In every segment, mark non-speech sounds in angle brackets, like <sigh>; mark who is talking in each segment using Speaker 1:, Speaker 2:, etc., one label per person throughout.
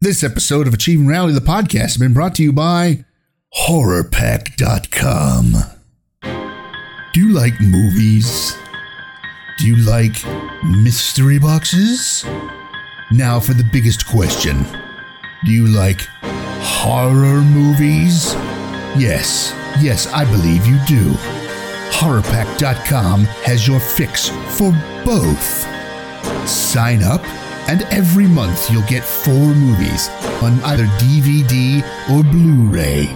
Speaker 1: This episode of Achieving Rally, the podcast, has been brought to you by HorrorPack.com. Do you like movies? Do you like mystery boxes? Now for the biggest question Do you like horror movies? Yes, yes, I believe you do. HorrorPack.com has your fix for both. Sign up, and every month you'll get four movies on either DVD or Blu ray,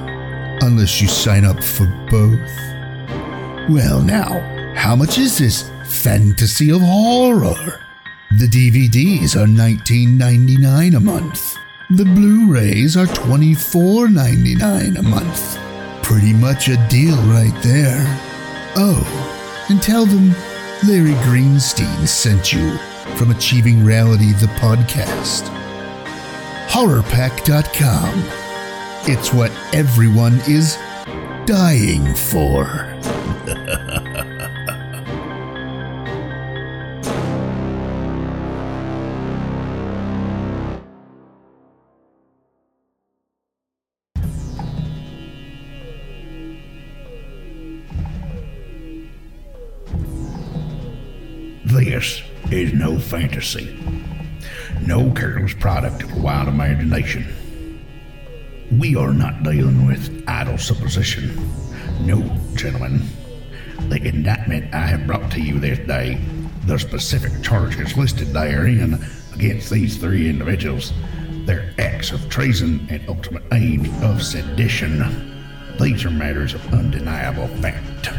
Speaker 1: unless you sign up for both. Well, now, how much is this fantasy of horror? The DVDs are $19.99 a month. The Blu rays are $24.99 a month. Pretty much a deal right there. Oh, and tell them Larry Greenstein sent you from Achieving Reality, the podcast. HorrorPack.com. It's what everyone is dying for.
Speaker 2: This is no fantasy, no careless product of a wild imagination. We are not dealing with idle supposition. No, gentlemen. The indictment I have brought to you this day, the specific charges listed therein against these three individuals, their acts of treason and ultimate aim of sedition, these are matters of undeniable fact.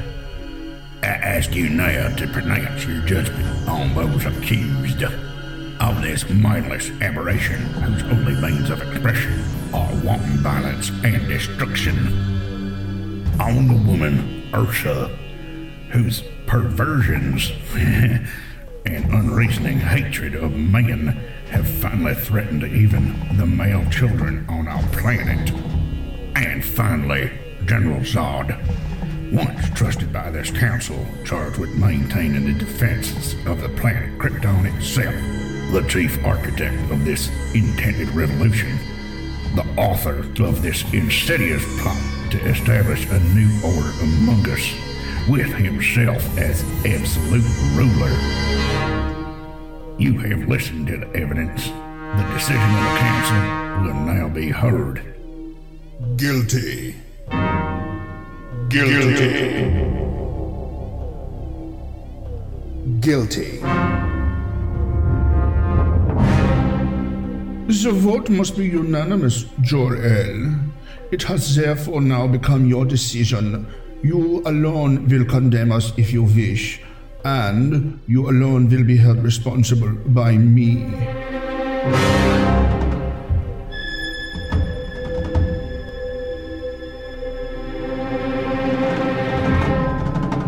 Speaker 2: I ask you now to pronounce your judgment on those accused of this mindless aberration whose only means of expression are wanton violence and destruction. On the woman, Ursa, whose perversions <laughs> and unreasoning hatred of man have finally threatened even the male children on our planet. And finally, General Zod, once trusted by this council, charged with maintaining the defenses of the planet Krypton itself, the chief architect of this intended revolution, the author of this insidious plot to establish a new order among us, with himself as absolute ruler. You have listened to the evidence. The decision of the council will now be heard.
Speaker 3: Guilty. Guilty. Guilty.
Speaker 4: The vote must be unanimous, Jor-El. It has therefore now become your decision. You alone will condemn us if you wish, and you alone will be held responsible by me.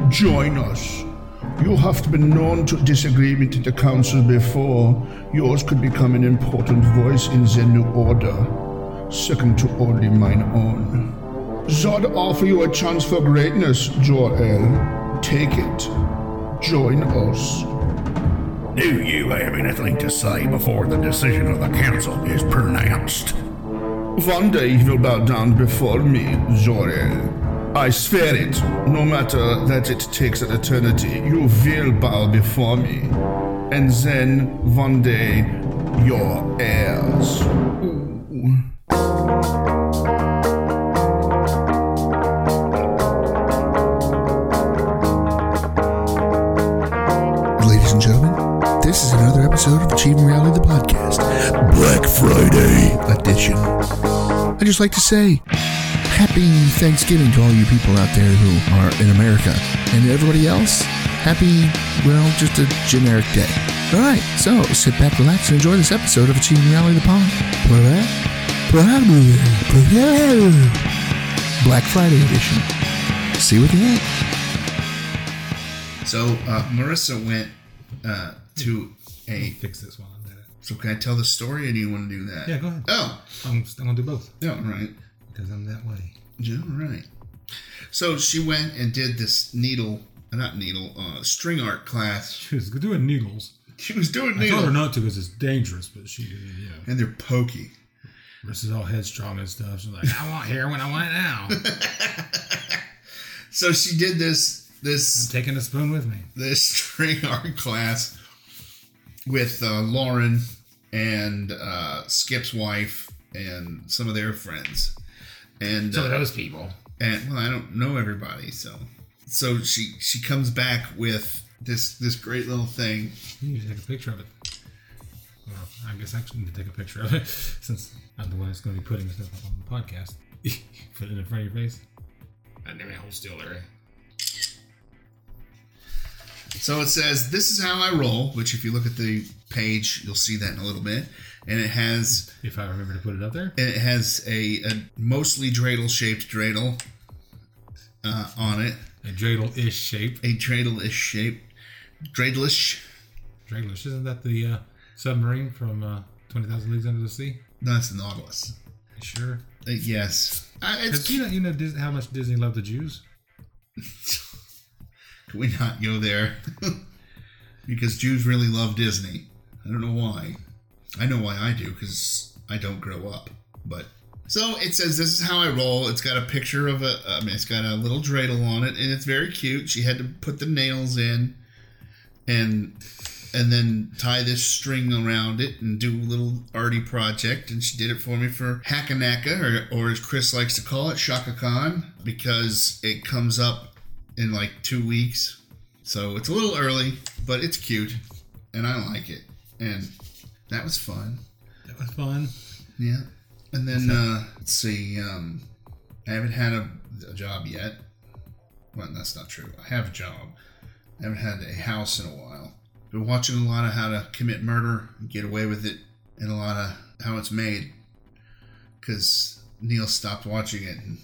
Speaker 4: Join us. You have been known to disagree with the council before. Yours could become an important voice in the new order, second to only mine own. Zod offer you a chance for greatness, Jor-El. Take it. Join us.
Speaker 2: Do you have anything to say before the decision of the council is pronounced?
Speaker 4: One day he will bow down before me, Jor-El. I swear it, no matter that it takes an eternity, you will bow before me. And then, one day, your heirs. Ooh.
Speaker 1: Ladies and gentlemen, this is another episode of Achieving Reality, the podcast, Black Friday edition. I'd just like to say happy Thanksgiving to all you people out there who are in America. And everybody else, happy, well, just a generic day. All right, so sit back, relax, and enjoy this episode of Achieving Reality, the podcast. Black Friday edition. See what they had.
Speaker 5: So uh, Marissa went uh, to a.
Speaker 6: fix this while I'm at it.
Speaker 5: So can I tell the story, or do you want to do that?
Speaker 6: Yeah, go ahead.
Speaker 5: Oh,
Speaker 6: I'm, I'm gonna do both
Speaker 5: yeah, all right,
Speaker 6: because I'm that way.
Speaker 5: yeah, all right. So she went and did this needle, not needle, uh, string art
Speaker 4: <laughs>
Speaker 5: class.
Speaker 6: She was doing needles.
Speaker 5: She was doing
Speaker 6: I told her
Speaker 5: needle,
Speaker 6: not to because it's dangerous, but she, yeah.
Speaker 5: and they're pokey.
Speaker 7: This is all headstrong and stuff. She's like, I want hair when I want it now. <laughs> I'm
Speaker 4: So she did this this
Speaker 7: taking a spoon with me.
Speaker 4: this <laughs> string art class with uh, Lauren and uh, Skip's wife and some of their friends. And
Speaker 7: So
Speaker 4: uh,
Speaker 7: those people.
Speaker 4: and well, I don't know everybody, so so she she comes back with this this great little thing.
Speaker 7: You need to take a picture of it. Well, I guess I actually need to take a picture of it <laughs> since I'm the one that's going to be putting this up on the podcast. <laughs> Put it in front of your face. I never hold still, Larry.
Speaker 4: So it says, "This is how I roll," which if you look at the page, you'll see that in a little bit, and it has
Speaker 7: If I remember to put it up there.
Speaker 4: it has a, a mostly dreidel shaped dreidel uh, on it,
Speaker 7: A dreidel ish shape.
Speaker 4: a dreidel-ish shape, dreidelish.
Speaker 7: Dreidelish. Isn't that the uh, submarine from uh, 20,000 Leagues Under the Sea?
Speaker 4: No, that's the Nautilus.
Speaker 7: Sure.
Speaker 4: Uh, yes, I, it's
Speaker 7: Because you
Speaker 4: cute.
Speaker 7: know, you know Dis- how much Disney loved the Jews?
Speaker 4: Can we not go there? <laughs> because Jews really love Disney. I don't know why. I know why I do because I don't grow up. But so it says this is how I roll. It's got a picture of a. I mean, it's got a little dreidel on it, and it's very cute. She had to put the nails in, and and then tie this string around it and do a little arty project. And she did it for me for Hakanaka, or or as Chris likes to call it, Shaka Khan, because it comes up in like two weeks. So it's a little early, but it's cute, and I like it, and that was fun.
Speaker 7: That was fun.
Speaker 4: Yeah. And then uh, let's see. Um, I haven't had a, a job yet. Well, that's not true. I have a job. I haven't had a house in a while. Been watching a lot of how to commit murder, and get away with it, and a lot of how it's made. Because Neil stopped watching it, and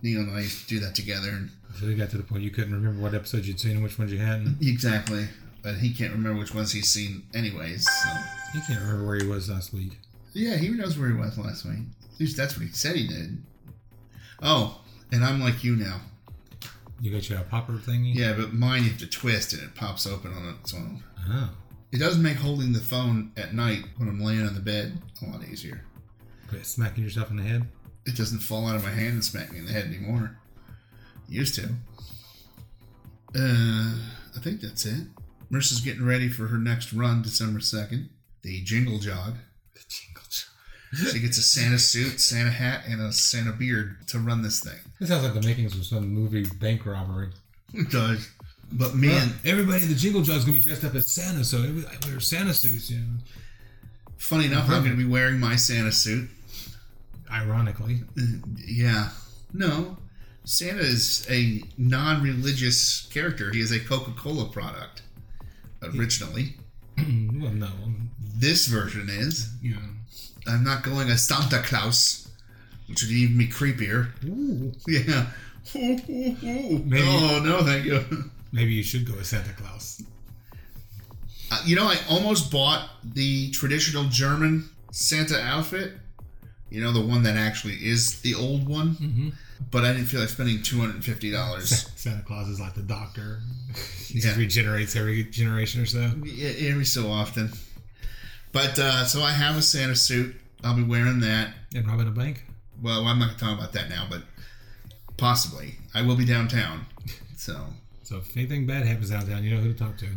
Speaker 4: Neil and I used to do that together. And
Speaker 7: So we got to the point you couldn't remember what episode you'd seen and which ones you hadn't.
Speaker 4: exactly, but he can't remember which ones he's seen, anyways. So
Speaker 7: He can't remember where he was last week.
Speaker 4: yeah, he knows where he was last week. At least that's what he said he did. Oh, and I'm like you now.
Speaker 7: You got your popper thingy?
Speaker 4: Yeah, but mine you have to twist and it pops open on its own.
Speaker 7: Oh.
Speaker 4: It does make holding the phone at night when I'm laying on the bed a lot easier.
Speaker 7: Quit smacking yourself in the head.
Speaker 4: It doesn't fall out of my hand and smack me in the head anymore. It used to. Uh, I think that's it. Marissa's getting ready for her next run, December 2nd, the Jingle Jog.
Speaker 7: The jingle jar.
Speaker 4: She gets a Santa suit, Santa hat, and a Santa beard to run this thing.
Speaker 7: This sounds like the makings of some movie bank robbery.
Speaker 4: It does. But man,
Speaker 7: Everybody in the jingle jar is going to be dressed up as Santa, so every- I wear Santa suits, you know.
Speaker 4: funny enough, I'm going to be wearing my Santa suit.
Speaker 7: Ironically. <clears throat>
Speaker 4: Yeah. No. Santa is a non religious character. He is a Coca Cola product originally.
Speaker 7: well, no.
Speaker 4: This version is.
Speaker 7: Yeah.
Speaker 4: I'm not going as Santa Claus, which would even be creepier. <laughs>
Speaker 7: Ooh.
Speaker 4: Yeah. Ooh, ooh, ooh.
Speaker 7: Maybe-
Speaker 4: Oh, no, thank you. <laughs>
Speaker 7: Maybe you should go as Santa Claus.
Speaker 4: Uh, you know, I almost bought the traditional German Santa outfit. You know, the one that actually is the old one. But I didn't feel like spending $250.
Speaker 7: Santa Claus is like the doctor. <laughs> he
Speaker 4: Yeah.
Speaker 7: regenerates every generation or so.
Speaker 4: Yeah, every so often. But uh, so I have a Santa suit. I'll be wearing that.
Speaker 7: And robbing a bank.
Speaker 4: Well, I'm not talking about that now, but possibly I will be downtown. So
Speaker 7: So if anything bad happens downtown, you know who to talk to.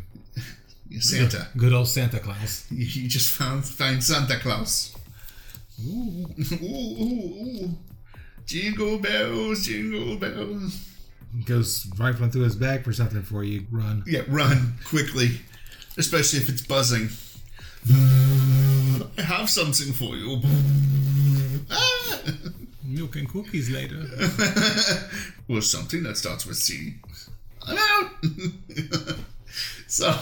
Speaker 7: <laughs>
Speaker 4: Santa,
Speaker 7: Good old Santa Claus.
Speaker 4: you you just found find Santa Claus.
Speaker 7: Ooh.
Speaker 4: Ooh, ooh, ooh. Jingle bells, jingle bells.
Speaker 7: Goes rifling through his bag for something for you. Run.
Speaker 4: Yeah, run quickly, especially if it's buzzing. I have something for you. Ah!
Speaker 7: Milk and cookies later.
Speaker 4: or something that starts with C. I'm out. <laughs> so,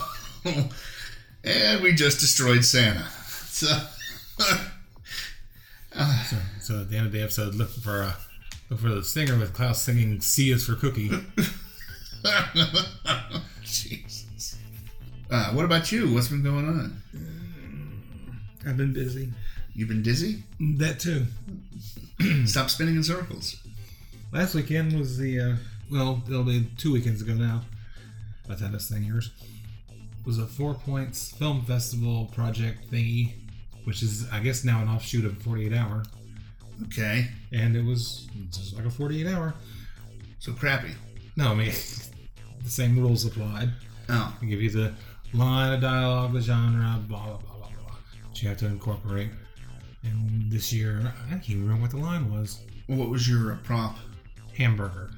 Speaker 4: and we just destroyed Santa. So,
Speaker 7: <laughs>
Speaker 4: <laughs>
Speaker 7: so at the end of the episode, look for a look for the singer with Klaus singing "C is for Cookie."
Speaker 4: Jesus. Uh, what about you? What's been going on?
Speaker 7: <laughs> I've been busy.
Speaker 4: You've been
Speaker 7: <clears throat>
Speaker 4: dizzy.
Speaker 7: That too.
Speaker 4: Stop spinning in circles.
Speaker 7: Last weekend was the uh, well, it'll be two weekends ago now. By the time this thing airs, was a Four Points Film Festival project thingy, which is I guess now an offshoot of 48 Hour.
Speaker 4: Okay.
Speaker 7: and it was just like a 48 hour.
Speaker 4: So crappy.
Speaker 7: No, I mean, <laughs> the same rules applied.
Speaker 4: Oh,
Speaker 7: They give you the line of dialogue, the genre, blah, blah, blah, blah, blah. That you have to incorporate. And this year, I can't even remember what the line was.
Speaker 4: what was your uh, prop?
Speaker 7: Hamburger.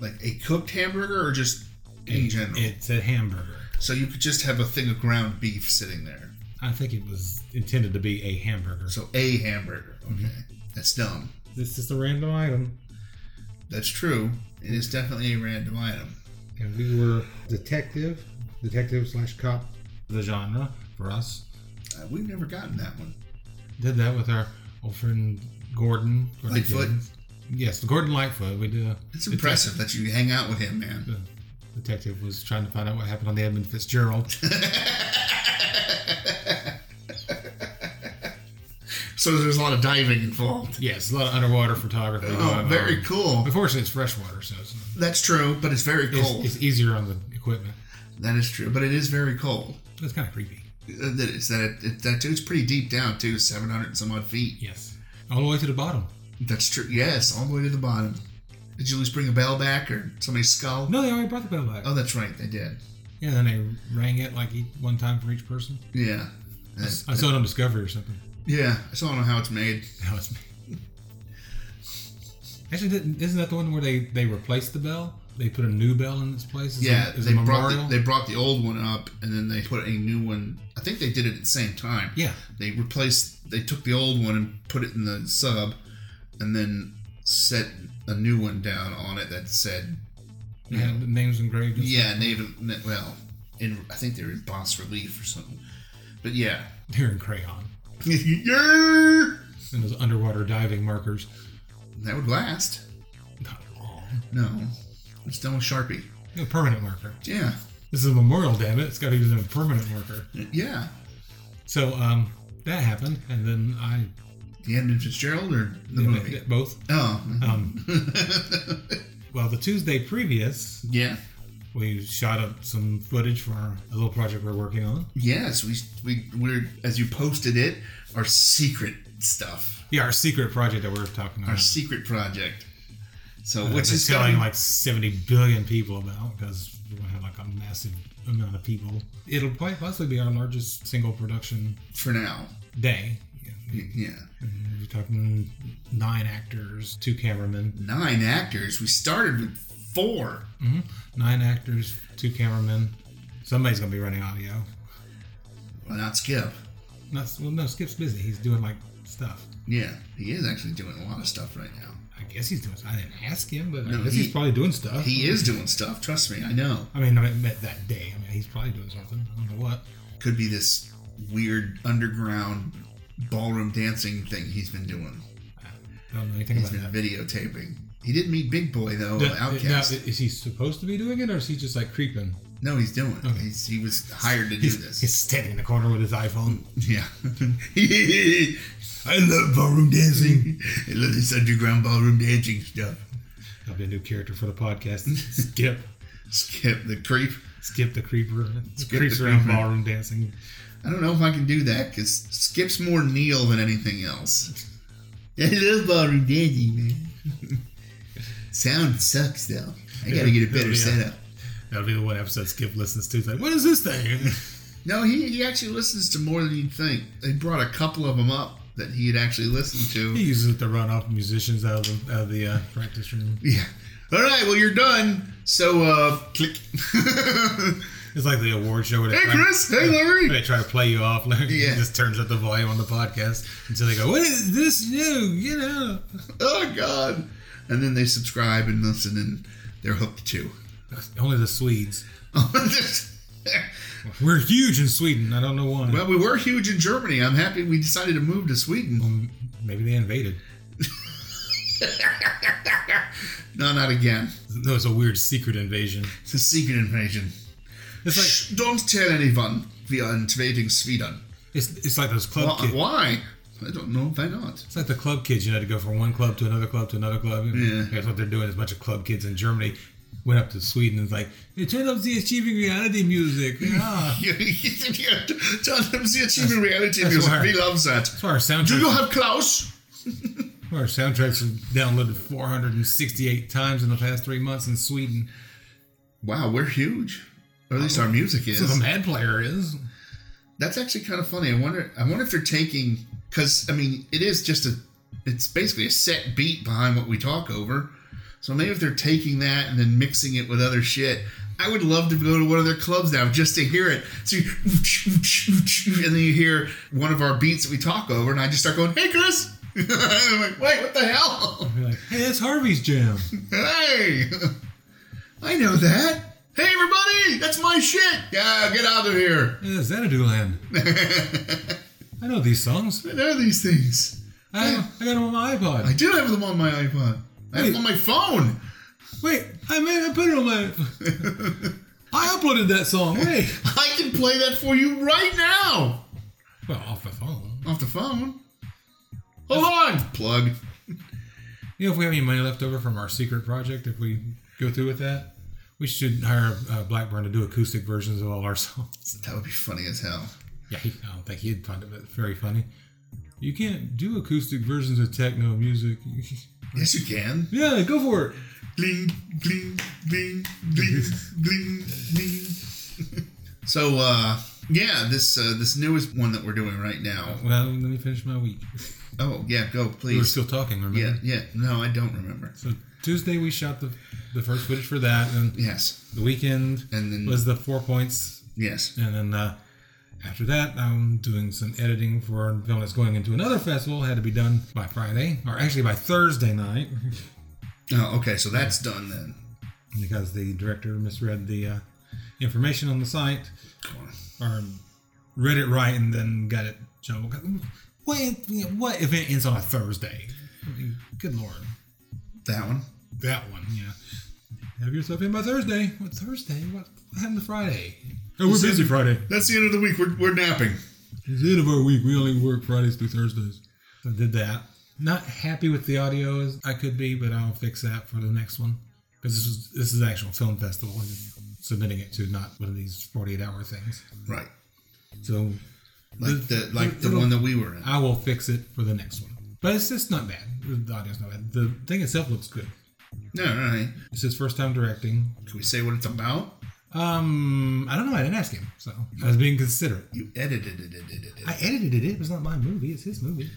Speaker 4: Like a cooked hamburger or just in general?
Speaker 7: It said hamburger.
Speaker 4: So you could just have a thing of ground beef sitting there.
Speaker 7: I think it was intended to be a hamburger.
Speaker 4: So a hamburger. Okay.
Speaker 7: Mm-hmm.
Speaker 4: That's dumb.
Speaker 7: This is a random item.
Speaker 4: That's true. It is definitely a random item.
Speaker 7: and we were detective, detective slash cop, the genre for us.
Speaker 4: Uh, we've never gotten that one.
Speaker 7: Did that with our old friend Gordon, Gordon
Speaker 4: Lightfoot.
Speaker 7: Gibbons. Yes, the Gordon Lightfoot. We did. A
Speaker 4: It's impressive that you hang out with him, man.
Speaker 7: detective- the detective was trying to find out what happened on the Edmund Fitzgerald.
Speaker 4: So there's a lot of diving involved.
Speaker 7: yes, a lot of underwater photography.
Speaker 4: Oh,
Speaker 7: going
Speaker 4: very
Speaker 7: on.
Speaker 4: cool.
Speaker 7: Unfortunately, it's freshwater, so it's,
Speaker 4: That's true, but it's very cold.
Speaker 7: it's, it's easier on the equipment.
Speaker 4: that is true, but it is very cold.
Speaker 7: It's kind of creepy.
Speaker 4: Uh, That is that it, that dude's pretty deep down too, 700 and some odd feet.
Speaker 7: Yes, all the way to the bottom.
Speaker 4: That's true. Yes, all the way to the bottom. Did you at least bring a bell back or somebody's skull?
Speaker 7: No, they already brought the bell back.
Speaker 4: Oh, that's right, they did.
Speaker 7: Yeah, then they rang it like each, one time for each person.
Speaker 4: Yeah. Uh,
Speaker 7: I saw it on Discovery or something. <laughs>
Speaker 4: yeah, I still don't know how it's made.
Speaker 7: Now it's me. Actually, didn't- isn't that the one where they, they replaced the bell? They put a new bell in its place? Is
Speaker 4: Yeah,
Speaker 7: it, is
Speaker 4: they
Speaker 7: a
Speaker 4: brought
Speaker 7: memorial?
Speaker 4: the, they brought the old one up and then they put a new one. I think they did it at the same time.
Speaker 7: yeah,
Speaker 4: They replaced they took the old one and put it in the sub and then set a new one down on it that said
Speaker 7: they had the names engraved. and
Speaker 4: yeah, native na- well, in I think they're in bas relief or something. But yeah. <laughs>
Speaker 7: stuff. <laughs> They're in crayon.
Speaker 4: yeah!
Speaker 7: And those underwater diving markers.
Speaker 4: That would last.
Speaker 7: Not long.
Speaker 4: No. It's done with Sharpie.
Speaker 7: A permanent marker.
Speaker 4: Yeah.
Speaker 7: This is a memorial, damn it. It's got to use a permanent marker.
Speaker 4: Yeah.
Speaker 7: So, um, that happened. And then I.
Speaker 4: The Edmund Fitzgerald or the movie?
Speaker 7: Both.
Speaker 4: Oh.
Speaker 7: Um, <laughs> well, the Tuesday previous,
Speaker 4: Yeah.
Speaker 7: we shot up some footage for a little project we're working on.
Speaker 4: Yes, we we we're as you posted it, our secret stuff,
Speaker 7: Yeah, our secret project that we're talking
Speaker 4: our
Speaker 7: about.
Speaker 4: secret project. So which
Speaker 7: which
Speaker 4: is
Speaker 7: is
Speaker 4: gonna
Speaker 7: Mm-hmm. telling
Speaker 4: be-
Speaker 7: like 70 billion people about because we're going to have like a massive amount of people. It'll probably possibly be our largest single production
Speaker 4: for now.
Speaker 7: day.
Speaker 4: Yeah,
Speaker 7: And We're talking nine actors, two cameramen,
Speaker 4: nine actors. We started with four.
Speaker 7: nine actors, two cameramen. Somebody's going to be running audio.
Speaker 4: Well, not Skip.
Speaker 7: That's, well, no, Skip's busy. He's doing like stuff.
Speaker 4: Yeah, he is actually doing a lot of stuff right now.
Speaker 7: I guess he's doing. I didn't ask him, but
Speaker 4: No,
Speaker 7: I guess
Speaker 4: he-
Speaker 7: he's probably doing stuff.
Speaker 4: He is doing stuff. Trust me, I know.
Speaker 7: I mean, I met that day. I mean, he's probably doing something. I don't know what.
Speaker 4: Could be this weird underground ballroom dancing thing he's been doing.
Speaker 7: I don't know anything
Speaker 4: He's been
Speaker 7: about that.
Speaker 4: videotaping. He didn't meet Big Boy though.
Speaker 7: Now-
Speaker 4: Outcast.
Speaker 7: now, is he supposed to be doing it, or is he just like creeping?
Speaker 4: no, he's doing. it. He's, he was hired to do this.
Speaker 7: He's standing in the corner with his iPhone.
Speaker 4: Yeah. <laughs> I love ballroom <laughs> dancing. I love this underground ballroom dancing stuff.
Speaker 7: I'll be a new character for
Speaker 4: <laughs>
Speaker 7: the podcast. Skip,
Speaker 4: Skip the creep.
Speaker 7: skip the creeper.
Speaker 4: Skip
Speaker 7: creeps
Speaker 4: the
Speaker 7: around
Speaker 4: creeper.
Speaker 7: ballroom dancing.
Speaker 4: I don't know if I can do that because Skip's more Neil than anything else. <laughs> I love ballroom dancing, man. <laughs> Sound sucks though. I gotta get a better
Speaker 7: Yeah.
Speaker 4: setup.
Speaker 7: That'll be the one episode Skip listens to. He's like, "What is this thing?"
Speaker 4: No, he, he actually listens to more than you'd think. They brought a couple of them up that he had actually listened
Speaker 7: he
Speaker 4: to.
Speaker 7: uses it to run off musicians out of the, out of the uh, practice room.
Speaker 4: <laughs> Yeah. All right, well, you're done. So, uh, click. <laughs>
Speaker 7: It's like the award show where they,
Speaker 4: Hey,
Speaker 7: try,
Speaker 4: Chris. Hey, Larry.
Speaker 7: they try to play you off. <laughs> Like,
Speaker 4: Yeah.
Speaker 7: He just turns up the volume on the podcast until they go, "What is this new?" You know.
Speaker 4: oh god and then they subscribe and listen and they're hooked too <laughs>
Speaker 7: Only the Swedes. We're huge in Sweden. I don't know why.
Speaker 4: well we were huge in germany i'm happy we decided to move to sweden <laughs>
Speaker 7: Um, Maybe they invaded.
Speaker 4: no not again
Speaker 7: No, it's a weird secret invasion.
Speaker 4: it's a secret invasion
Speaker 7: It's like
Speaker 4: Shh, don't tell anyone we are invading sweden
Speaker 7: It's, it's like those club
Speaker 4: Why?
Speaker 7: kids.
Speaker 4: why i don't know why not <laughs>
Speaker 7: It's like the club kids. You know, to go from one club to another club to another club.
Speaker 4: Yeah.
Speaker 7: That's what they're doing. Is a bunch of club kids in Germany went up to Sweden and was like, hey, turn up the Achieving Reality music. <laughs> Ah. Yeah.
Speaker 4: yeah, yeah, tell them the achieving reality
Speaker 7: that's
Speaker 4: music.
Speaker 7: why-
Speaker 4: We loves that.
Speaker 7: That's why our
Speaker 4: Do you
Speaker 7: soundtracks,
Speaker 4: have Klaus?
Speaker 7: our soundtracks have downloaded 468 times in the past three months in Sweden.
Speaker 4: Wow, we're huge. Or at least our music
Speaker 7: So the
Speaker 4: is.
Speaker 7: Mad Player is.
Speaker 4: That's actually kind of funny. I wonder. I wonder if they're taking because I mean it is just a. It's basically a set beat behind what we talk over. So maybe if they're taking that and then mixing it with other shit. I would love to go to one of their clubs now just to hear it. So you, and then you hear one of our beats that we talk over, and I just start going, "Hey, Chris!" <laughs> I'm like, "Wait, what the hell?"
Speaker 7: You're like, hey, that's Harvey's <laughs> jam.
Speaker 4: Hey! <laughs> I know that. Hey, everybody! That's my shit! Yeah, get out of here.
Speaker 7: Hey, that's Xanadu Land. <laughs> I know these songs.
Speaker 4: I know these things.
Speaker 7: I, I got them on my iPod.
Speaker 4: I do have them on my iPod. I have them on my phone. <laughs>
Speaker 7: Wait, I mean, I put it on my. <laughs> I uploaded that song. Wait.
Speaker 4: I can play that for you right now.
Speaker 7: <laughs> Well, off the phone.
Speaker 4: Off the phone. Hold on. Plug.
Speaker 7: You know, if we have any money left over from our secret project, if we go through with that, we should hire uh, Blackburn to do acoustic versions of all our songs.
Speaker 4: That would be funny as hell.
Speaker 7: Yeah, he, I don't think he'd find it very funny. You can't do acoustic versions of techno music. <laughs>
Speaker 4: Yes, you can.
Speaker 7: yeah, go for it.
Speaker 4: Gling, gling, gling, gling, <laughs> gling, gling. <laughs> So, uh, yeah, this uh, this newest one that we're doing right now.
Speaker 7: Well, let me finish my week.
Speaker 4: Oh, yeah, go
Speaker 7: We were
Speaker 4: please.
Speaker 7: still talking, remember?
Speaker 4: Yeah, yeah. No, I don't remember.
Speaker 7: So Tuesday we shot the the first footage for that, and
Speaker 4: Yes,
Speaker 7: the weekend
Speaker 4: And then-
Speaker 7: was the four points,
Speaker 4: yes.
Speaker 7: and then uh, after that I'm doing some editing for a film that's going into another festival. Had to be done by Friday, or actually by Thursday night, <laughs>
Speaker 4: Oh, okay. So that's done then.
Speaker 7: because the director misread the uh, information on the site, or read it right and then got it jumbled. What, what event ends on a Thursday? I mean, good lord.
Speaker 4: That one.
Speaker 7: That one, yeah. Have yourself in by Thursday. What Thursday? What what happened to Friday? Oh, we're busy Friday.
Speaker 4: That's the end of the week. We're, we're napping.
Speaker 7: It's the end of our week. We only work Fridays through Thursdays. So I did that. Not happy with the audio as I could be, but I'll fix that for the next one because this is this is an actual film festival. I'm submitting it to not one of these forty-eight hour things.
Speaker 4: Right.
Speaker 7: So
Speaker 4: Like the like the
Speaker 7: It'll-
Speaker 4: one that we were in.
Speaker 7: I will fix it for the next one. But it's it's not bad. The audio's not bad. The thing itself looks good.
Speaker 4: No, no, no.
Speaker 7: It's his first time directing.
Speaker 4: Can we say what it's about?
Speaker 7: Um, I don't know. I didn't ask him, so I was being considerate.
Speaker 4: You edited it. it, it, it, it.
Speaker 7: I edited it. It was not my movie. It's his movie.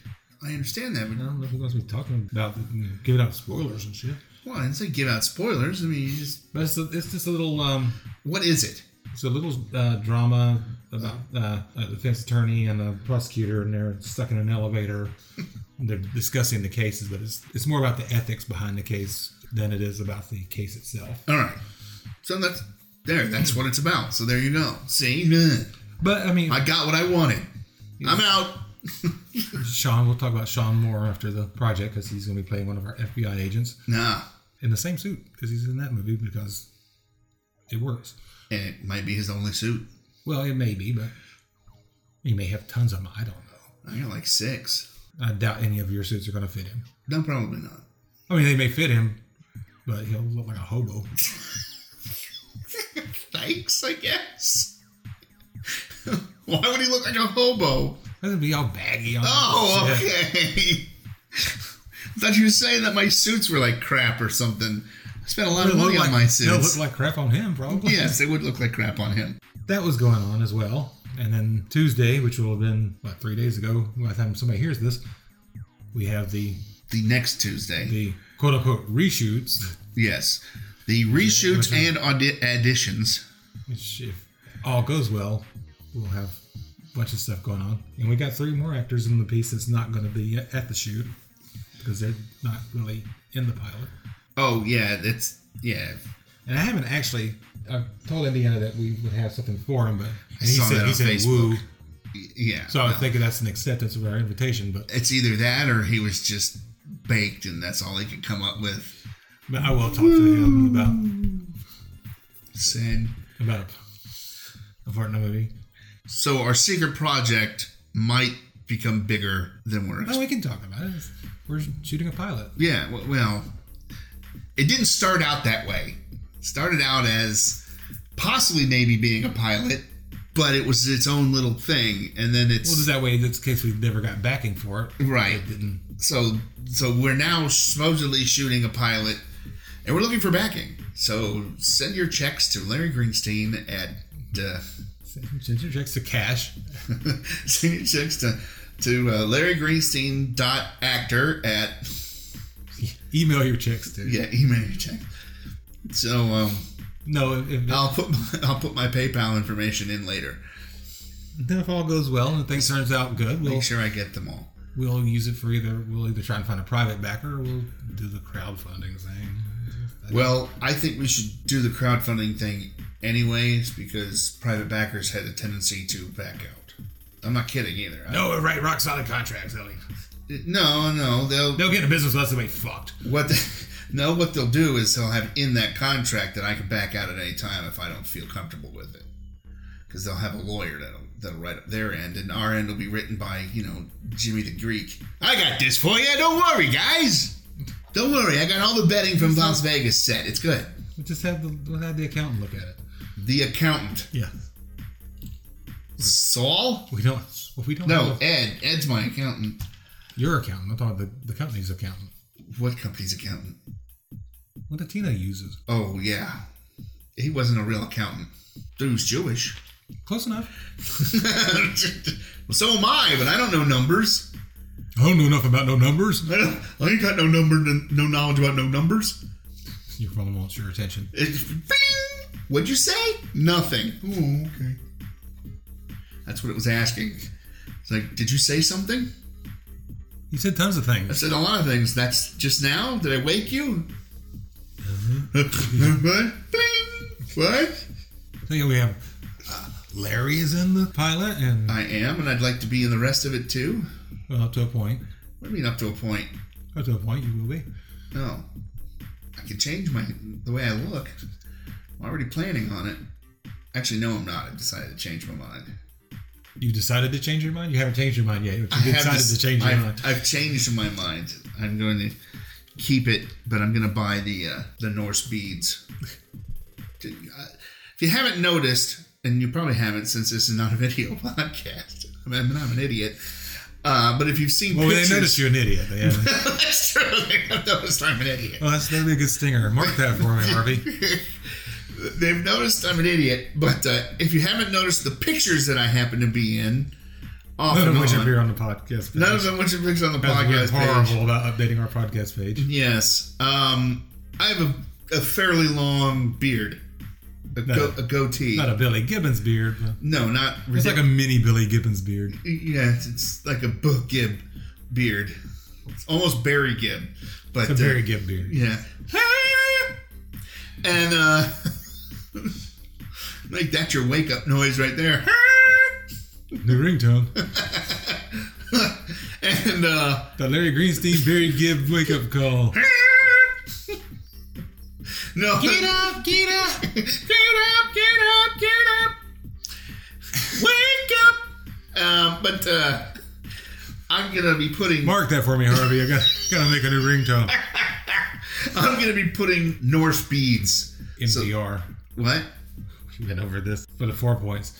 Speaker 4: I understand that,
Speaker 7: I
Speaker 4: but
Speaker 7: don't know if he wants me talking about you know, giving out spoilers and shit.
Speaker 4: well, I didn't say give out spoilers. I mean, you just
Speaker 7: But it's, a, it's just a little um,
Speaker 4: what is it?
Speaker 7: it's a little uh, drama about uh, a defense attorney and a prosecutor, and they're stuck in an elevator. <laughs> they're discussing the cases, but it's it's more about the ethics behind the case than it is about the case itself.
Speaker 4: All right. So that's there. That's what it's about. So there you go. See,
Speaker 7: But I mean,
Speaker 4: I got what I wanted. I'm out.
Speaker 7: Sean. We'll talk about Sean more after the project because he's going to be playing one of our FBI agents.
Speaker 4: Nah.
Speaker 7: in the same suit because he's in that movie because it works.
Speaker 4: And it might be his only suit.
Speaker 7: Well, it may be, but he may have tons of them. I don't know.
Speaker 4: I got like six.
Speaker 7: I doubt any of your suits are going to fit him.
Speaker 4: No, probably not. <laughs>
Speaker 7: I mean, they may fit him, but he'll look like a hobo.
Speaker 4: Thanks, I guess. <laughs> Why would he look like a hobo?
Speaker 7: That'd be all baggy on.
Speaker 4: Oh,
Speaker 7: Yeah.
Speaker 4: <laughs> okay. I thought you were saying that my suits were like crap or something. I spent a lot
Speaker 7: He'll
Speaker 4: of
Speaker 7: look
Speaker 4: money
Speaker 7: like,
Speaker 4: on my
Speaker 7: he'll look
Speaker 4: suits.
Speaker 7: like crap on him, probably.
Speaker 4: yes, they would look like crap on him.
Speaker 7: That was going on as well. And then Tuesday, which will have been, what, three days ago, by the time somebody hears this, we have the,
Speaker 4: The next Tuesday.
Speaker 7: the quote unquote reshoots.
Speaker 4: yes. The reshoots
Speaker 7: which is-
Speaker 4: and audi- additions.
Speaker 7: which if all goes well, we'll have a bunch of stuff going on. And we got three more actors in the piece that's not going to be at the shoot because they're not really in the pilot.
Speaker 4: Oh, yeah, that's. Yeah.
Speaker 7: And I haven't actually. I told Indiana that we would have something for him, but and he
Speaker 4: saw
Speaker 7: said
Speaker 4: that
Speaker 7: he
Speaker 4: on
Speaker 7: said
Speaker 4: Facebook.
Speaker 7: woo.
Speaker 4: Y- Yeah.
Speaker 7: So I was
Speaker 4: no.
Speaker 7: thinking that's an acceptance of our invitation, but,
Speaker 4: It's either that or he was just baked and that's all he could come up with.
Speaker 7: but I will talk to him about
Speaker 4: Said.
Speaker 7: about a Fortnite movie.
Speaker 4: So our secret project might become bigger than we're
Speaker 7: No, we can talk about it. We're shooting a pilot.
Speaker 4: Yeah, w- well, it didn't start out that way. started out as possibly maybe being a pilot, but it was its own little thing, and then it's
Speaker 7: Well, just that way, in this case, we never got backing for it.
Speaker 4: Right.
Speaker 7: It didn't.
Speaker 4: so so we're now supposedly shooting a pilot and we're looking for backing so send your checks to larry greenstein at uh, <laughs>
Speaker 7: Send your checks to cash.
Speaker 4: send your checks to to uh, larry greenstein dot actor at
Speaker 7: Email your checks to.
Speaker 4: yeah email your check so um
Speaker 7: No, if, if,
Speaker 4: i'll put <laughs> my, i'll put my paypal information in later
Speaker 7: then if all goes well and things turns out good, we'll
Speaker 4: make sure i get them all
Speaker 7: we'll use it for either we'll either try and find a private backer or we'll do the crowdfunding thing.
Speaker 4: well i think we should do the crowdfunding thing anyways because private backers had a tendency to back out i'm not kidding either I-
Speaker 7: No, we're right, rock solid contracts. They'll,
Speaker 4: No, no, they'll
Speaker 7: they'll get a business with us and we fucked.
Speaker 4: what they, <laughs> no what they'll do is they'll have in that contract that I can back out at any time if I don't feel comfortable with it, because they'll have a lawyer that'll that'll write up their end and our end will be written by you know Jimmy the Greek. I got this for you. Don't worry, guys. Don't worry. I got all the betting from Las Vegas set. It's good.
Speaker 7: We just have the we'll have the accountant look at it.
Speaker 4: The accountant
Speaker 7: Yeah,
Speaker 4: Saul.
Speaker 7: we don't. Well, we don't.
Speaker 4: No,
Speaker 7: have
Speaker 4: Ed. Ed's my accountant.
Speaker 7: your accountant. I'm talking about the, the company's accountant.
Speaker 4: What company's accountant?
Speaker 7: What that Tina uses.
Speaker 4: Oh yeah, he wasn't a real accountant. Dude's Jewish.
Speaker 7: Close enough.
Speaker 4: well, <laughs> so am I, but I don't know numbers.
Speaker 7: I don't know enough about no numbers.
Speaker 4: I, don't, I ain't got no number, no knowledge about no numbers.
Speaker 7: Your phone wants your attention.
Speaker 4: It's bing. What'd you say? Nothing. Oh, okay. That's what it was asking. It's like, did you say something?
Speaker 7: You said tons of
Speaker 4: I
Speaker 7: things.
Speaker 4: said a lot of things. That's just now. Did I wake you? Uh-huh. <laughs> what? Bing. What?
Speaker 7: I think we have uh, Larry is in the pilot, and
Speaker 4: I am, and I'd like to be in the rest of it too.
Speaker 7: well, up to a point.
Speaker 4: What do you mean up to a point?
Speaker 7: Up to a point, you will be.
Speaker 4: No. I can change my the way I look. I'm already planning on it. Actually, no, I'm not. I've decided to change my mind.
Speaker 7: You decided to change your mind. You haven't changed your mind yet. But you
Speaker 4: I have
Speaker 7: decided
Speaker 4: dec-
Speaker 7: to change your
Speaker 4: I've,
Speaker 7: mind.
Speaker 4: I've changed my mind. I'm going to keep it, but I'm going to buy the uh, the Norse beads. <laughs> If you haven't noticed, and you probably haven't, since this is not a <laughs> video podcast, I mean, I'm an idiot. Uh, but if you've seen
Speaker 7: Well,
Speaker 4: pictures,
Speaker 7: they noticed you're an idiot. They, uh,
Speaker 4: <laughs> that's true. They noticed I'm an idiot.
Speaker 7: well, that's that'd be a good stinger. Mark that for me, Harvey.
Speaker 4: They've noticed I'm an idiot, but uh, if you haven't noticed the pictures that I happen to be in, off
Speaker 7: None
Speaker 4: and
Speaker 7: of which
Speaker 4: on,
Speaker 7: appear on the podcast. Page.
Speaker 4: none of them which appears on the
Speaker 7: Because we're
Speaker 4: podcast
Speaker 7: horrible
Speaker 4: page. Mm-hmm.
Speaker 7: about updating our podcast page.
Speaker 4: Yes, um, I have a, a fairly long beard, a, go- a goatee.
Speaker 7: Not a Billy Gibbons beard. But
Speaker 4: no, not
Speaker 7: it's like a mini Billy Gibbons beard.
Speaker 4: yeah, it's, it's like a Buck Gibb beard. It's almost Barry Gibb, but
Speaker 7: It's a
Speaker 4: uh,
Speaker 7: Barry Gibb beard.
Speaker 4: Yeah. And uh <laughs> make that your wake up noise right there.
Speaker 7: New ringtone.
Speaker 4: And uh <laughs>
Speaker 7: The Larry Greenstein Barry Gibb wake up call.
Speaker 4: no Get up, get up, <laughs> get up, get up, get up. Wake up. Um but uh I'm gonna be putting
Speaker 7: Mark that for me, Harvey. I got gotta make a new ringtone.
Speaker 4: I'm gonna be putting Norse beads.
Speaker 7: MDR.
Speaker 4: What?
Speaker 7: We've been over this for the four points.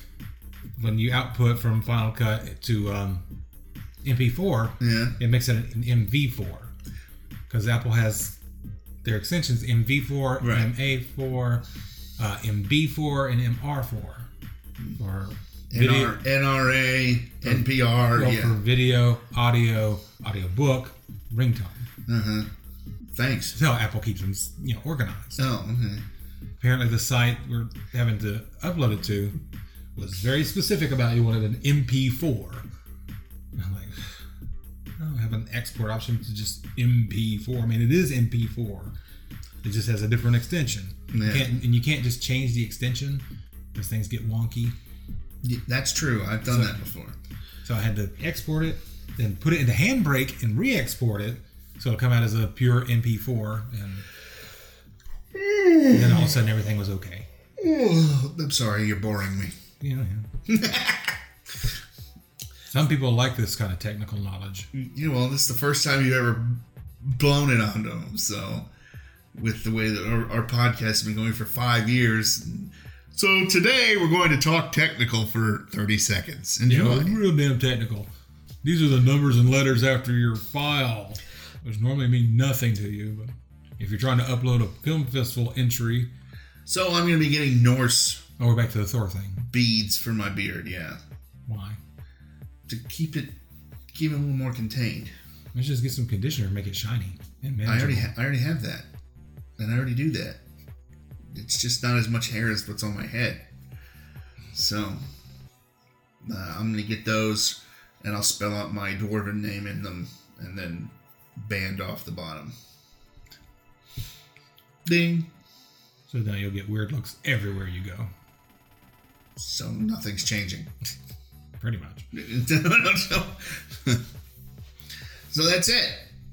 Speaker 7: When you output from Final Cut to um, MP4,
Speaker 4: Yeah.
Speaker 7: it makes it an MV4 because Apple has their extensions MV4,
Speaker 4: Right.
Speaker 7: MA4, uh, MB4, and MR4 for video,
Speaker 4: NR, NRA, NPR,
Speaker 7: well,
Speaker 4: yeah.
Speaker 7: for video, audio, audio book, ringtone.
Speaker 4: Uh-huh. Thanks.
Speaker 7: That's how Apple keeps them, you know, organized.
Speaker 4: Oh, okay.
Speaker 7: Apparently, the site we're having to upload it to was very specific about you wanted an MP4. And I'm like, I don't have an export option to just MP4. I mean, it is MP4. It just has a different extension. You
Speaker 4: Yeah.
Speaker 7: can't, and you can't just change the extension because things get wonky.
Speaker 4: Yeah, that's true. I've done that before.
Speaker 7: So I had to export it, then put it into Handbrake and re-export it, so it'll come out as a pure MP4, and then all of a sudden everything was okay.
Speaker 4: I'm sorry, you're boring me.
Speaker 7: Yeah,
Speaker 4: <laughs>
Speaker 7: yeah. Some people like this kind of technical knowledge.
Speaker 4: You know, well, this is the first time you've ever blown it onto them, so with the way that our, our podcast has been going for five years. So today we're going to talk technical for 30 seconds.
Speaker 7: Yeah,
Speaker 4: Enjoy.
Speaker 7: real damn technical. These are the numbers and letters after your file, which normally mean nothing to you, but if you're trying to upload a film festival entry,
Speaker 4: So I'm going to be getting Norse
Speaker 7: oh, we're back to the Thor thing.
Speaker 4: beads for my beard, yeah,
Speaker 7: Why?
Speaker 4: to keep it keep it a little more contained.
Speaker 7: Let's just get some conditioner and make it shiny and manageable.
Speaker 4: I already ha- I already have that, and I already do that. It's just not as much hair as what's on my head. So uh, I'm gonna get those, and I'll spell out my dwarven name in them, and then band off the bottom. Ding.
Speaker 7: so now you'll get weird looks everywhere you go,
Speaker 4: So nothing's changing. <laughs>
Speaker 7: pretty much.
Speaker 4: so so that's it.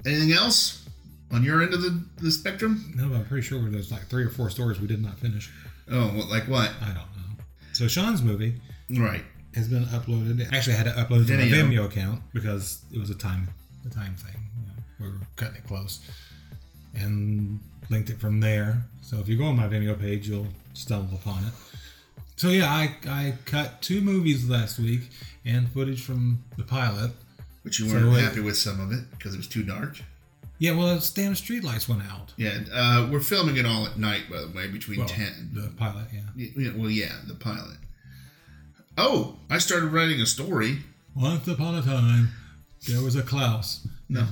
Speaker 4: Anything else on your end of the, the spectrum?
Speaker 7: No, but I'm pretty sure there's like three or four stories we did not finish.
Speaker 4: Oh, well, like what?
Speaker 7: I don't know. So Sean's movie
Speaker 4: Right.
Speaker 7: has been uploaded. Actually, I had to upload it to my
Speaker 4: Vimeo.
Speaker 7: Vimeo account because it was a time a time thing. You know, we were cutting it close, and linked it from there. So if you go on my Vimeo page, you'll stumble upon it. So yeah, I I cut two movies last week and footage from the pilot.
Speaker 4: But you
Speaker 7: So
Speaker 4: weren't
Speaker 7: wait.
Speaker 4: happy with some of it because it was too dark.
Speaker 7: Yeah, well, those damn streetlights went out.
Speaker 4: Yeah, uh, we're filming it all at night, by the way, between
Speaker 7: Well,
Speaker 4: ten.
Speaker 7: the pilot, yeah.
Speaker 4: Y- yeah, well, yeah, the pilot. Oh, I started writing a story.
Speaker 7: Once upon a time, there was a Klaus.
Speaker 4: No,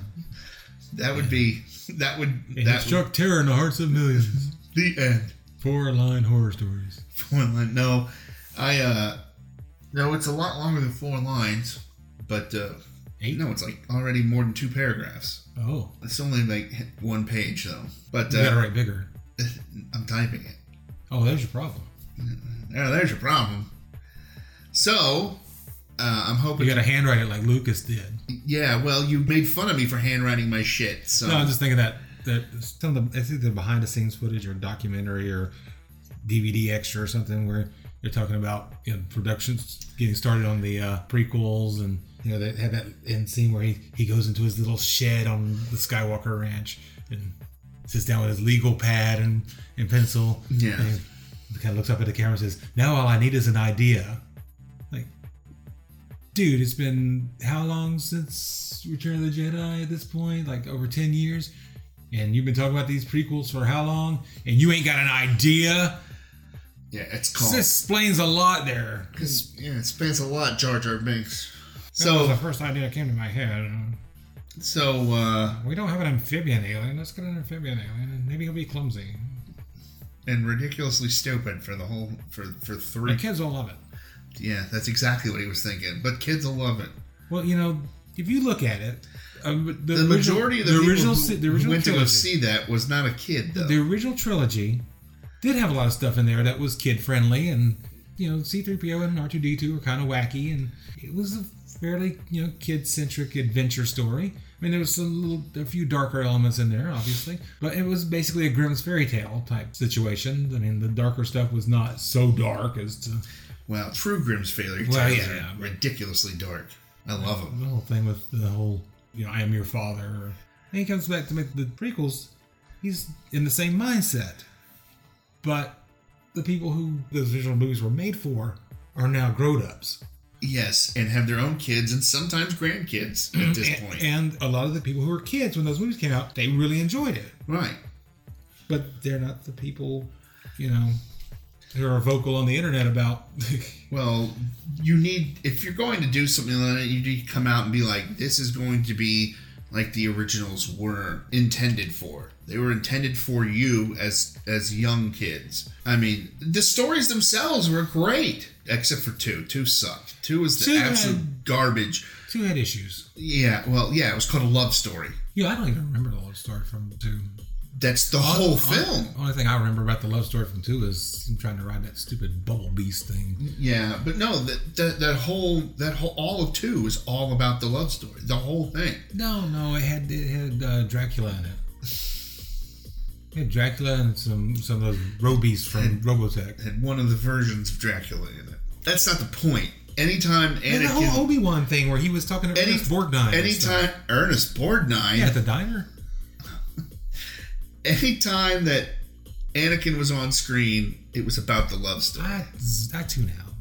Speaker 4: that would be that would
Speaker 7: And
Speaker 4: that
Speaker 7: he struck terror <laughs> in the hearts of millions.
Speaker 4: would, the end.
Speaker 7: Four line horror stories.
Speaker 4: Four line. No, I uh, no, it's a lot longer than four lines, but uh,
Speaker 7: Eight?
Speaker 4: No, it's like already more than two paragraphs.
Speaker 7: Oh,
Speaker 4: It's only like one page though. But
Speaker 7: you gotta
Speaker 4: uh, <laughs>
Speaker 7: write bigger.
Speaker 4: I'm typing it.
Speaker 7: Oh, there's your problem.
Speaker 4: There, there's your problem. So, uh, I'm hoping.
Speaker 7: You gotta handwrite it like Lucas did.
Speaker 4: Uh-huh. yeah, well, you made fun of me for handwriting my shit. So,
Speaker 7: No, I'm just thinking that that some of the it's either behind the scenes footage or documentary or DVD extra or something where they're talking about you know, productions getting started on the uh, prequels and you know they have that end scene where he he goes into his little shed on the Skywalker Ranch and sits down with his legal pad and and pencil.
Speaker 4: Yeah.
Speaker 7: And he kind of looks up at the camera and says, "Now all I need is an idea." Like, dude, it's been how long since Return of the Jedi at this point? Like over 10 years. And you've been talking about these prequels for how long? And you ain't got an idea?
Speaker 4: yeah, it's called.
Speaker 7: This explains a lot there.
Speaker 4: Cause, yeah, it spans a lot, Jar Jar Binks.
Speaker 7: that was the
Speaker 4: So,
Speaker 7: first idea that came to my head.
Speaker 4: so, uh,
Speaker 7: We don't have an amphibian alien. Let's get an amphibian alien. Maybe he'll be clumsy.
Speaker 4: and ridiculously stupid for the whole for for
Speaker 7: The
Speaker 4: three.
Speaker 7: kids will love it.
Speaker 4: Yeah, that's exactly what he was thinking. But kids will love it.
Speaker 7: Well, you know, if you look at it, um, the,
Speaker 4: The,
Speaker 7: original-
Speaker 4: majority of the, people
Speaker 7: original,
Speaker 4: who,
Speaker 7: si- the
Speaker 4: who
Speaker 7: original
Speaker 4: went to go
Speaker 7: trilogy-
Speaker 4: see that was not a kid though.
Speaker 7: the original trilogy did have a lot of stuff in there that was kid friendly and you know c3po and r2d2 were kind of wacky and it was a fairly you know kid centric adventure story i mean there was some little a few darker elements in there obviously but it was basically a grimm's fairy tale type situation i mean the darker stuff was not so dark as to
Speaker 4: well, True Grimm's failure.
Speaker 7: Well,
Speaker 4: tales
Speaker 7: yeah,
Speaker 4: are
Speaker 7: yeah.
Speaker 4: ridiculously dark. I love them.
Speaker 7: the whole thing with the whole you know i am your father or, and he comes back to make the prequels he's in the same mindset but the people who those original movies were made for are now grown-ups
Speaker 4: Yes, and have their own kids and sometimes grandkids at this
Speaker 7: Mm-hmm. and,
Speaker 4: point.
Speaker 7: and a lot of the people who were kids when those movies came out they really enjoyed it
Speaker 4: right.
Speaker 7: but they're not the people you know who are vocal on the internet about <laughs>
Speaker 4: Well, you need if you're going to do something like that, you need to come out and be like, this is going to be like the originals were intended for. They were intended for you as as young kids. I mean, the stories themselves were great, except for two. Two sucked. Two was the
Speaker 7: Two had-
Speaker 4: absolute garbage.
Speaker 7: two had issues
Speaker 4: Yeah, well, yeah, it was called a love story.
Speaker 7: yeah i don't even remember the love story from two
Speaker 4: That's the
Speaker 7: Only-
Speaker 4: whole
Speaker 7: only-
Speaker 4: film.
Speaker 7: Only thing I remember about the love story from two is him trying to ride that stupid bubble beast thing.
Speaker 4: Yeah, but no, that, that that whole that whole all of two is all about the love story, the whole thing.
Speaker 7: No, no, it had it had uh, Dracula in it. It had Dracula and some some of those robies from Robotech.
Speaker 4: And one of the versions of Dracula in it. That's not the point. Anytime
Speaker 7: And the
Speaker 4: Anakin,
Speaker 7: whole Obi Wan thing where he was talking to
Speaker 4: any,
Speaker 7: Ernest Borgnine. and stuff.
Speaker 4: anytime Ernest Borgnine,
Speaker 7: Yeah, at the diner.
Speaker 4: Anytime that Anakin was on screen, it was about the love story.
Speaker 7: I, I tune out.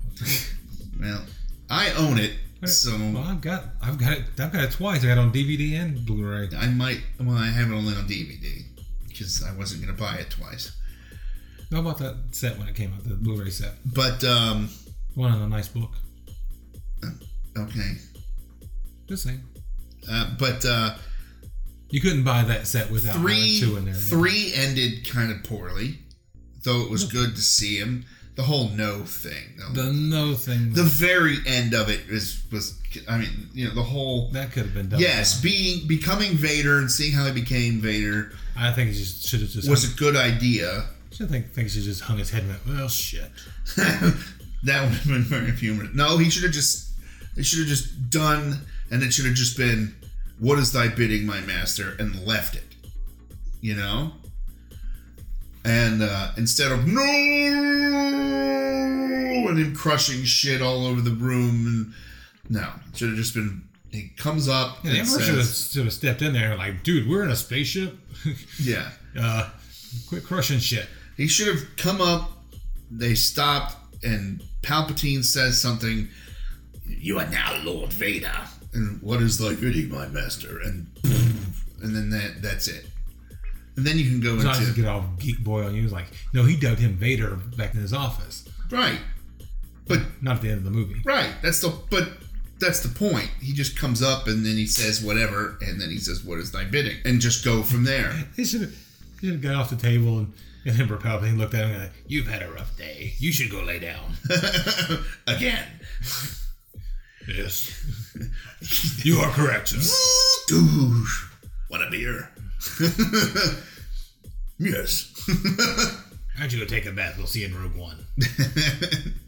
Speaker 4: Well, I own it,
Speaker 7: well,
Speaker 4: so
Speaker 7: I've got I've got it I've got it twice. I got it on DVD and Blu-ray.
Speaker 4: I might. Well, I have it only on DVD because I wasn't gonna buy it twice.
Speaker 7: I bought that set when it came out, the Blu-ray set.
Speaker 4: But um,
Speaker 7: One in a nice book.
Speaker 4: okay.
Speaker 7: Just saying.
Speaker 4: Uh, but uh,
Speaker 7: You couldn't buy that set without
Speaker 4: three,
Speaker 7: having two in there.
Speaker 4: three ended kind of poorly, though it was good to see him. The whole no thing, though.
Speaker 7: The no thing.
Speaker 4: the very end of it is was I mean you know the whole
Speaker 7: that could have been done.
Speaker 4: yes being becoming Vader and seeing how he became Vader
Speaker 7: I think he just should have just.
Speaker 4: was a good idea.
Speaker 7: should think think he just hung his head and went, "Well, shit."
Speaker 4: <laughs> that would have been very humorous. No, he should have just they should have just done and it should have just been what is thy bidding, my master, and left it. You know? And uh, instead of no and him crushing shit all over the room and no. it Should have just been he comes up
Speaker 7: Yeah,
Speaker 4: and
Speaker 7: the Emperor should have,
Speaker 4: says,
Speaker 7: should have stepped in there and like, "Dude, we're in a spaceship.
Speaker 4: Yeah.
Speaker 7: uh, quit crushing shit."
Speaker 4: He should have come up. They stopped, and Palpatine says something. You are now Lord Vader. And what is thy bidding, my master? And and then that that's it. And then you can go
Speaker 7: So I just
Speaker 4: into
Speaker 7: get all geek boy on you. It's like, no, he dubbed him Vader back in his office.
Speaker 4: right, but
Speaker 7: Not at the end of the movie.
Speaker 4: right. That's the but that's the point. He just comes up and then he says whatever, and then he says what is thy bidding, and just go from there. <laughs>
Speaker 7: He should have, he should have got off the table and, and Emperor Palpatine looked at him and like, "You've had a rough day. You should go lay down."
Speaker 4: Again,
Speaker 7: <laughs> yes, you are correct. Sir.
Speaker 4: douche. Want a beer? <laughs> yes.
Speaker 7: Why don't you go take a bath? We'll see you in Rogue One.
Speaker 4: <laughs>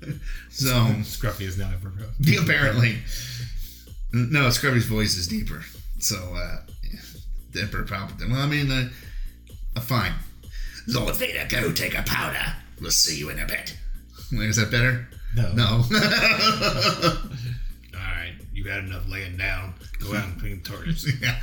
Speaker 4: So
Speaker 7: Scruffy is now Emperor Palpatine.
Speaker 4: apparently, no, Scrubby's voice is deeper. So uh, yeah, the Emperor Palpatine. Well, I mean, uh, uh, fine. Lord Vader, go take a powder. We'll see you in a bit. Wait, is that better?
Speaker 7: No.
Speaker 4: No. <laughs>
Speaker 7: All right, you've had enough laying down. Go out and clean toilets.
Speaker 4: yeah.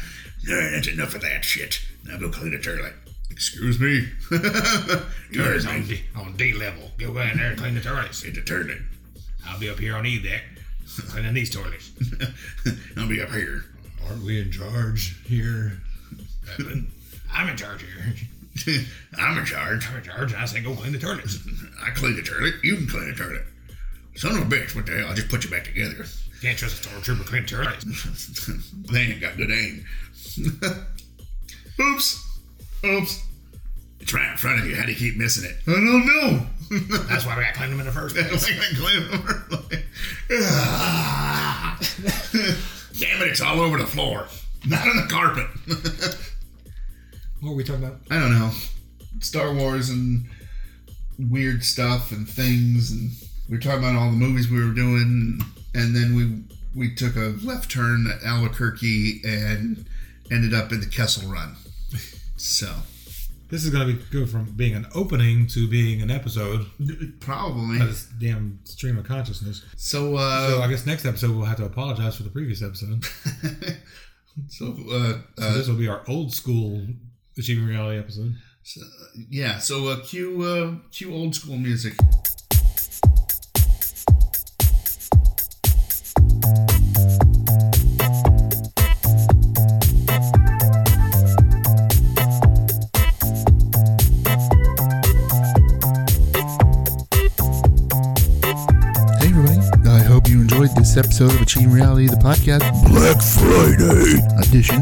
Speaker 4: No, that's enough of that shit. Now go clean a toilet. Excuse me. <laughs>
Speaker 7: Yours on
Speaker 4: Toilet.
Speaker 7: D, on D level. Go out in there and clean the toilets.
Speaker 4: It's a toilet.
Speaker 7: I'll be up here on E deck <laughs> cleaning these toilets.
Speaker 4: <laughs> I'll be up here. <laughs>
Speaker 7: Aren't we in charge here? I'm in charge here.
Speaker 4: I'm in charge.
Speaker 7: I'm in charge, and I say go clean the toilets. <laughs>
Speaker 4: I clean the toilet. You can clean the toilet. Son of a bitch, what the hell? I'll just put you back together. <laughs>
Speaker 7: Can't trust a stormtrooper clean toilets.
Speaker 4: they ain't got good aim. <laughs> Oops. Oops. It's right in front of you. How do you keep missing it? I don't know. <laughs>
Speaker 7: That's why we got to clean them in the first place.
Speaker 4: It's like that glint over, like, <laughs> ah. Damn it, it's all over the floor. Not on the carpet. <laughs>
Speaker 7: What were we talking about?
Speaker 4: I don't know. Star Wars and weird stuff and things and we were talking about all the movies we were doing and then we we took a left turn at Albuquerque and ended up in the Kessel Run. So
Speaker 7: This is going to go from being an opening to being an episode of
Speaker 4: probably
Speaker 7: this damn stream of consciousness.
Speaker 4: so
Speaker 7: So
Speaker 4: uh <laughs>
Speaker 7: I guess next episode we'll have to apologize for the previous episode.
Speaker 4: so uh,
Speaker 7: So
Speaker 4: uh
Speaker 7: this will be our old school achieving reality episode.
Speaker 4: yeah so uh cue uh cue old school music <laughs>
Speaker 8: Hey everybody, I hope you enjoyed this episode of Achieving Reality, the podcast Black Friday edition.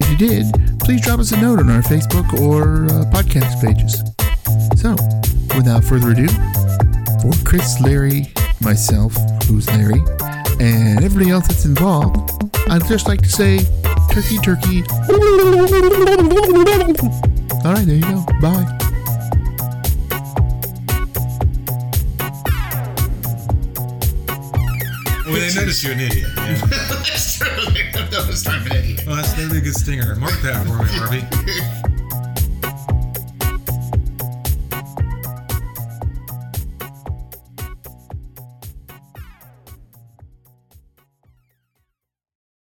Speaker 8: If you did, please drop us a note on our Facebook or uh, podcast pages. So, without further ado, for Chris, Larry, myself, who's Larry, and everybody else that's involved, I'd just like to say, turkey, turkey. All right, there you go. Bye.
Speaker 7: Well, they noticed you're an idiot. <laughs> Yeah.
Speaker 4: that's true that was time an idiot
Speaker 7: well, Oh, that's that'd be a good stinger. Mark that for me, Harvey.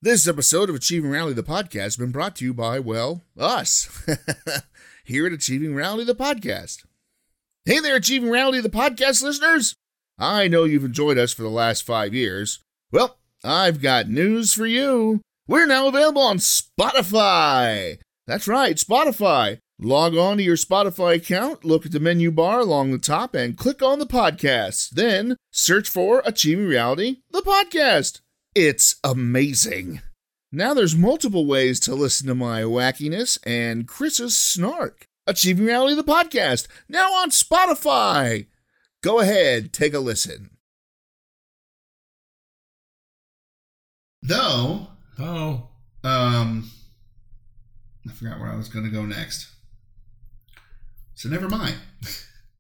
Speaker 1: This episode of Achieving Rally the Podcast has been brought to you by, well, us <laughs> here at Achieving Rally the Podcast. Hey there, Achieving Rally the Podcast listeners! I know you've enjoyed us for the last five years. Well, I've got news for you. We're now available on Spotify. That's right, Spotify. Log on to your Spotify account, look at the menu bar along the top, and click on the podcast. Then search for Achieving Reality, the podcast. It's amazing. Now there's multiple ways to listen to my wackiness and Chris's snark. Achieving Reality, the podcast, now on Spotify. Go ahead, take a listen.
Speaker 4: Though,
Speaker 7: Oh,
Speaker 4: um, I forgot where I was going to go next. So never mind.